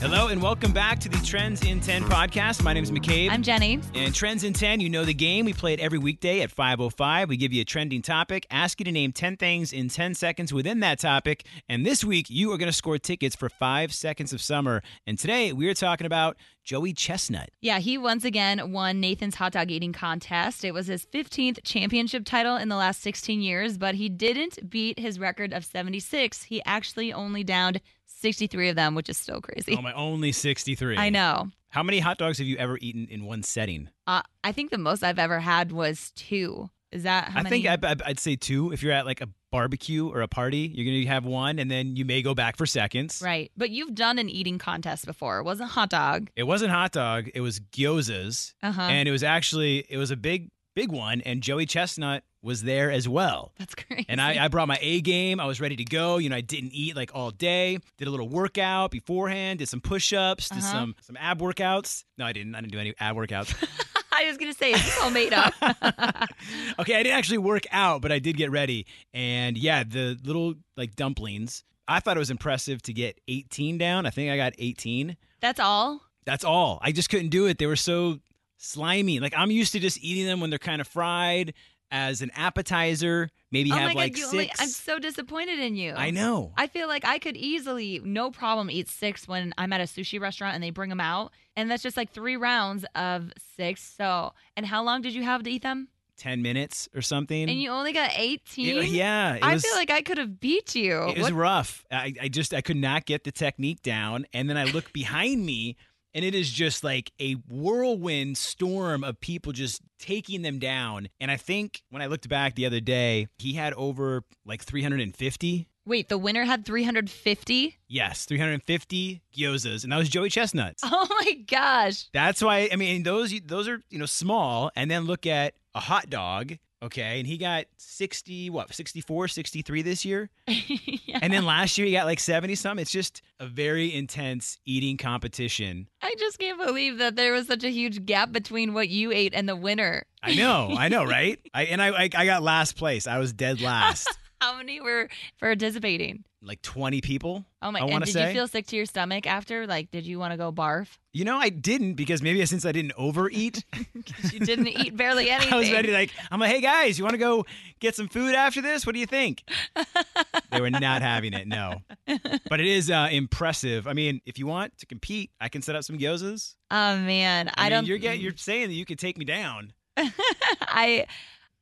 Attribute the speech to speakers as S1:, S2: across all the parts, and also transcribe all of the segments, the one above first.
S1: Hello and welcome back to the Trends in 10 podcast. My name is McCabe.
S2: I'm Jenny.
S1: and Trends in 10, you know the game. We play it every weekday at 5.05. We give you a trending topic, ask you to name 10 things in 10 seconds within that topic. And this week, you are going to score tickets for Five Seconds of Summer. And today, we are talking about Joey Chestnut.
S2: Yeah, he once again won Nathan's hot dog eating contest. It was his 15th championship title in the last 16 years, but he didn't beat his record of 76. He actually only downed 63 of them, which is still crazy.
S1: Oh, my, only 63.
S2: I know.
S1: How many hot dogs have you ever eaten in one setting?
S2: Uh, I think the most I've ever had was two. Is that how
S1: I
S2: many?
S1: think I, I- I'd say two. If you're at like a barbecue or a party, you're going to have one, and then you may go back for seconds.
S2: right. But you've done an eating contest before. It wasn't hot dog.
S1: It wasn't hot dog. It was gyozas.
S2: Uh huh.
S1: and it was actually it was a big big one and joey chestnut was there as well
S2: That's crazy.
S1: and I, I brought my a game i was ready to go you know i didn't eat like all day did a little workout beforehand did some push-ups did
S2: Uh-huh.
S1: some some ab workouts no i didn't i didn't do any ab workouts
S2: I was going to say, it's all made up.
S1: okay i didn't actually work out but i did get ready and yeah the little like dumplings i thought it was impressive to get 18 down i think i got 18
S2: That's all?
S1: That's all. I just couldn't do it. They were so slimy. Like I'm used to just eating them when they're kind of fried as an appetizer. Maybe
S2: oh
S1: have
S2: my God.
S1: like
S2: you only, I'm
S1: six.
S2: so disappointed in you.
S1: I know.
S2: I feel like I could easily, no problem, eat six when I'm at a sushi restaurant and they bring them out. And that's just like three rounds of six. So, and how long did you have to eat them?
S1: Ten minutes or something.
S2: And you only got 18?
S1: It- yeah. It
S2: I
S1: was,
S2: feel like I could have beat you.
S1: it was
S2: What-
S1: rough. I, I just I could not get the technique down. And then I look behind me. And it is just like a whirlwind storm of people just taking them down. And I think when I looked back the other day, he had over like 350
S2: Wait, the winner had 350?
S1: Yes, 350 gyozas, and that was Joey Chestnut.
S2: Oh my gosh.
S1: That's why I mean those those are you know small, and then look at a hot dog, okay, and he got 60 what 64, 63 this year,
S2: Yeah.
S1: and then last year he got like 70 some. It's just a very intense eating competition.
S2: I just can't believe that there was such a huge gap between what you ate and the winner.
S1: I know, I know, right? I and I I, I got last place. I was dead last.
S2: How many were participating?
S1: like 20 people.
S2: Oh my
S1: I
S2: and
S1: wanna
S2: did
S1: say-
S2: you feel sick to your stomach after? Like, did you want to go barf?
S1: You know, I didn't because maybe since I didn't overeat,
S2: You didn't eat barely anything.
S1: I was ready. Like I'm like, hey guys, you want to go get some food after this? What do you think? they were not having it. No, but it is uh, impressive. I mean, if you want to compete, I can set up some gyozas.
S2: Oh man, I,
S1: mean,
S2: don't.
S1: You're get, you're saying that you could take me down.
S2: I,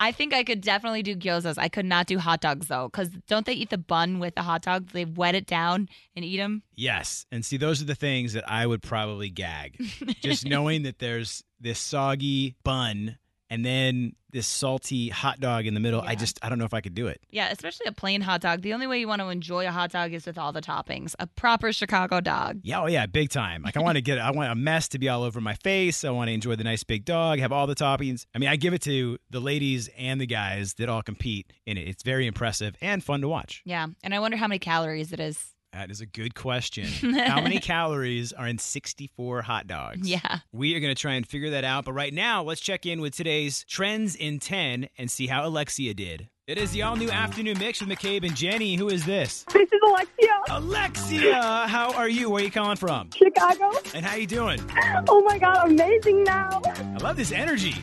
S2: I think I could definitely do gyozas. I could not do hot dogs though, because don't they eat the bun with the hot dog? They wet it down and eat them.
S1: Yes, and see, those are the things that I would probably gag. Just knowing that there's this soggy bun and then this salty hot dog in the middle. I
S2: Yeah.
S1: just I don't know if I could do it.
S2: Yeah, especially a plain hot dog. The only way you want to enjoy a hot dog is with all the toppings. A proper Chicago dog.
S1: Yeah, oh yeah, big time. Like I want to get, I want a mess to be all over my face. I want to enjoy the nice big dog, have all the toppings. I mean, I give it to the ladies and the guys that all compete in it. It's very impressive and fun to watch.
S2: Yeah, and I wonder how many calories it is.
S1: That is a good question. How many calories are in 64 hot dogs?
S2: Yeah.
S1: We are going to try and figure that out. But right now, let's check in with today's Trends in 10 and see how Alexia did. It is the all new afternoon mix with McCabe and Jenny. Who is this?
S3: This is Alexia,
S1: Alexia, how are you? Where are you calling from?
S3: Chicago.
S1: And how you doing?
S3: Oh my god, amazing now.
S1: I love this energy.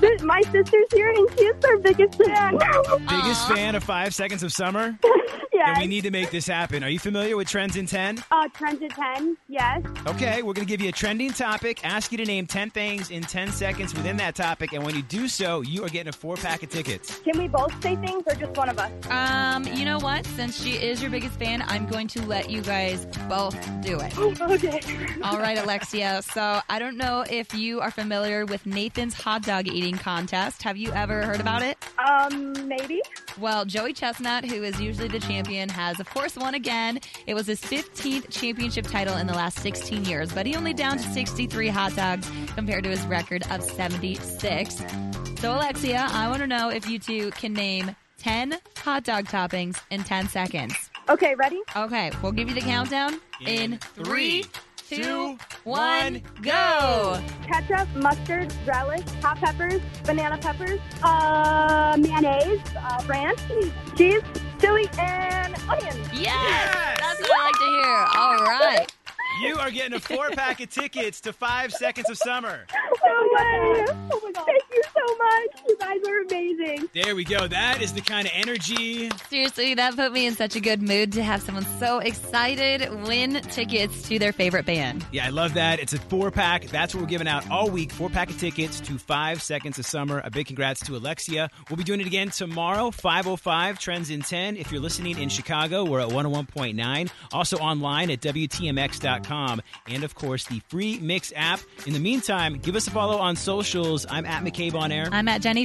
S3: This- My sister's here and she is her biggest fan.
S1: Biggest
S2: Aw.
S1: fan of Five Seconds of Summer? Then
S3: yes.
S1: we need to make this happen. Are you familiar with Trends in 10?
S3: uh, 10 to 10, yes.
S1: Okay, we're going to give you a trending topic, ask you to name 10 things in 10 seconds within that topic, and when you do so, you are getting a four pack of tickets.
S3: Can we both say things or just one of us?
S2: Um, you know what? Since she is your biggest fan, I'm going to let you guys both do it.
S3: okay.
S2: All right, Alexia. So I don't know if you are familiar with Nathan's hot dog eating contest. Have you ever heard about it?
S3: Um, maybe?
S2: Well, Joey Chestnut, who is usually the champion, has of course won again. It was his 15th championship title in the last 16 years, but he only downed 63 hot dogs compared to his record of 76. So, Alexia, I want to know if you two can name 10 hot dog toppings in 10 seconds.
S3: Okay, ready?
S2: Okay, we'll give you the countdown
S1: In
S2: in,
S1: three,
S2: three,
S1: two,
S2: two, one,
S1: one,
S2: go.
S3: Ketchup, mustard, relish, hot peppers, banana peppers, uh, mayonnaise, uh, ranch, cheese, chili, and onion.
S2: Yes, that's what I like to hear. All right.
S1: You are getting a four pack of tickets to Five Seconds of Summer.
S3: Oh my, oh my god. Thank you so much. You guys are amazing.
S1: There we go. That is the kind of energy.
S2: Seriously, that put me in such a good mood to have someone so excited win tickets to their favorite band.
S1: Yeah, I love that. It's a four pack. That's what we're giving out all week. Four pack of tickets to Five Seconds of Summer. A big congrats to Alexia. We'll be doing it again tomorrow, 505 Trends in 10. If you're listening in Chicago, we're at 101.9. Also online at WTMX.com. And of course, the free Mix app. In the meantime, give us a follow on socials. I'm at McCabe on air.
S2: I'm at Jenny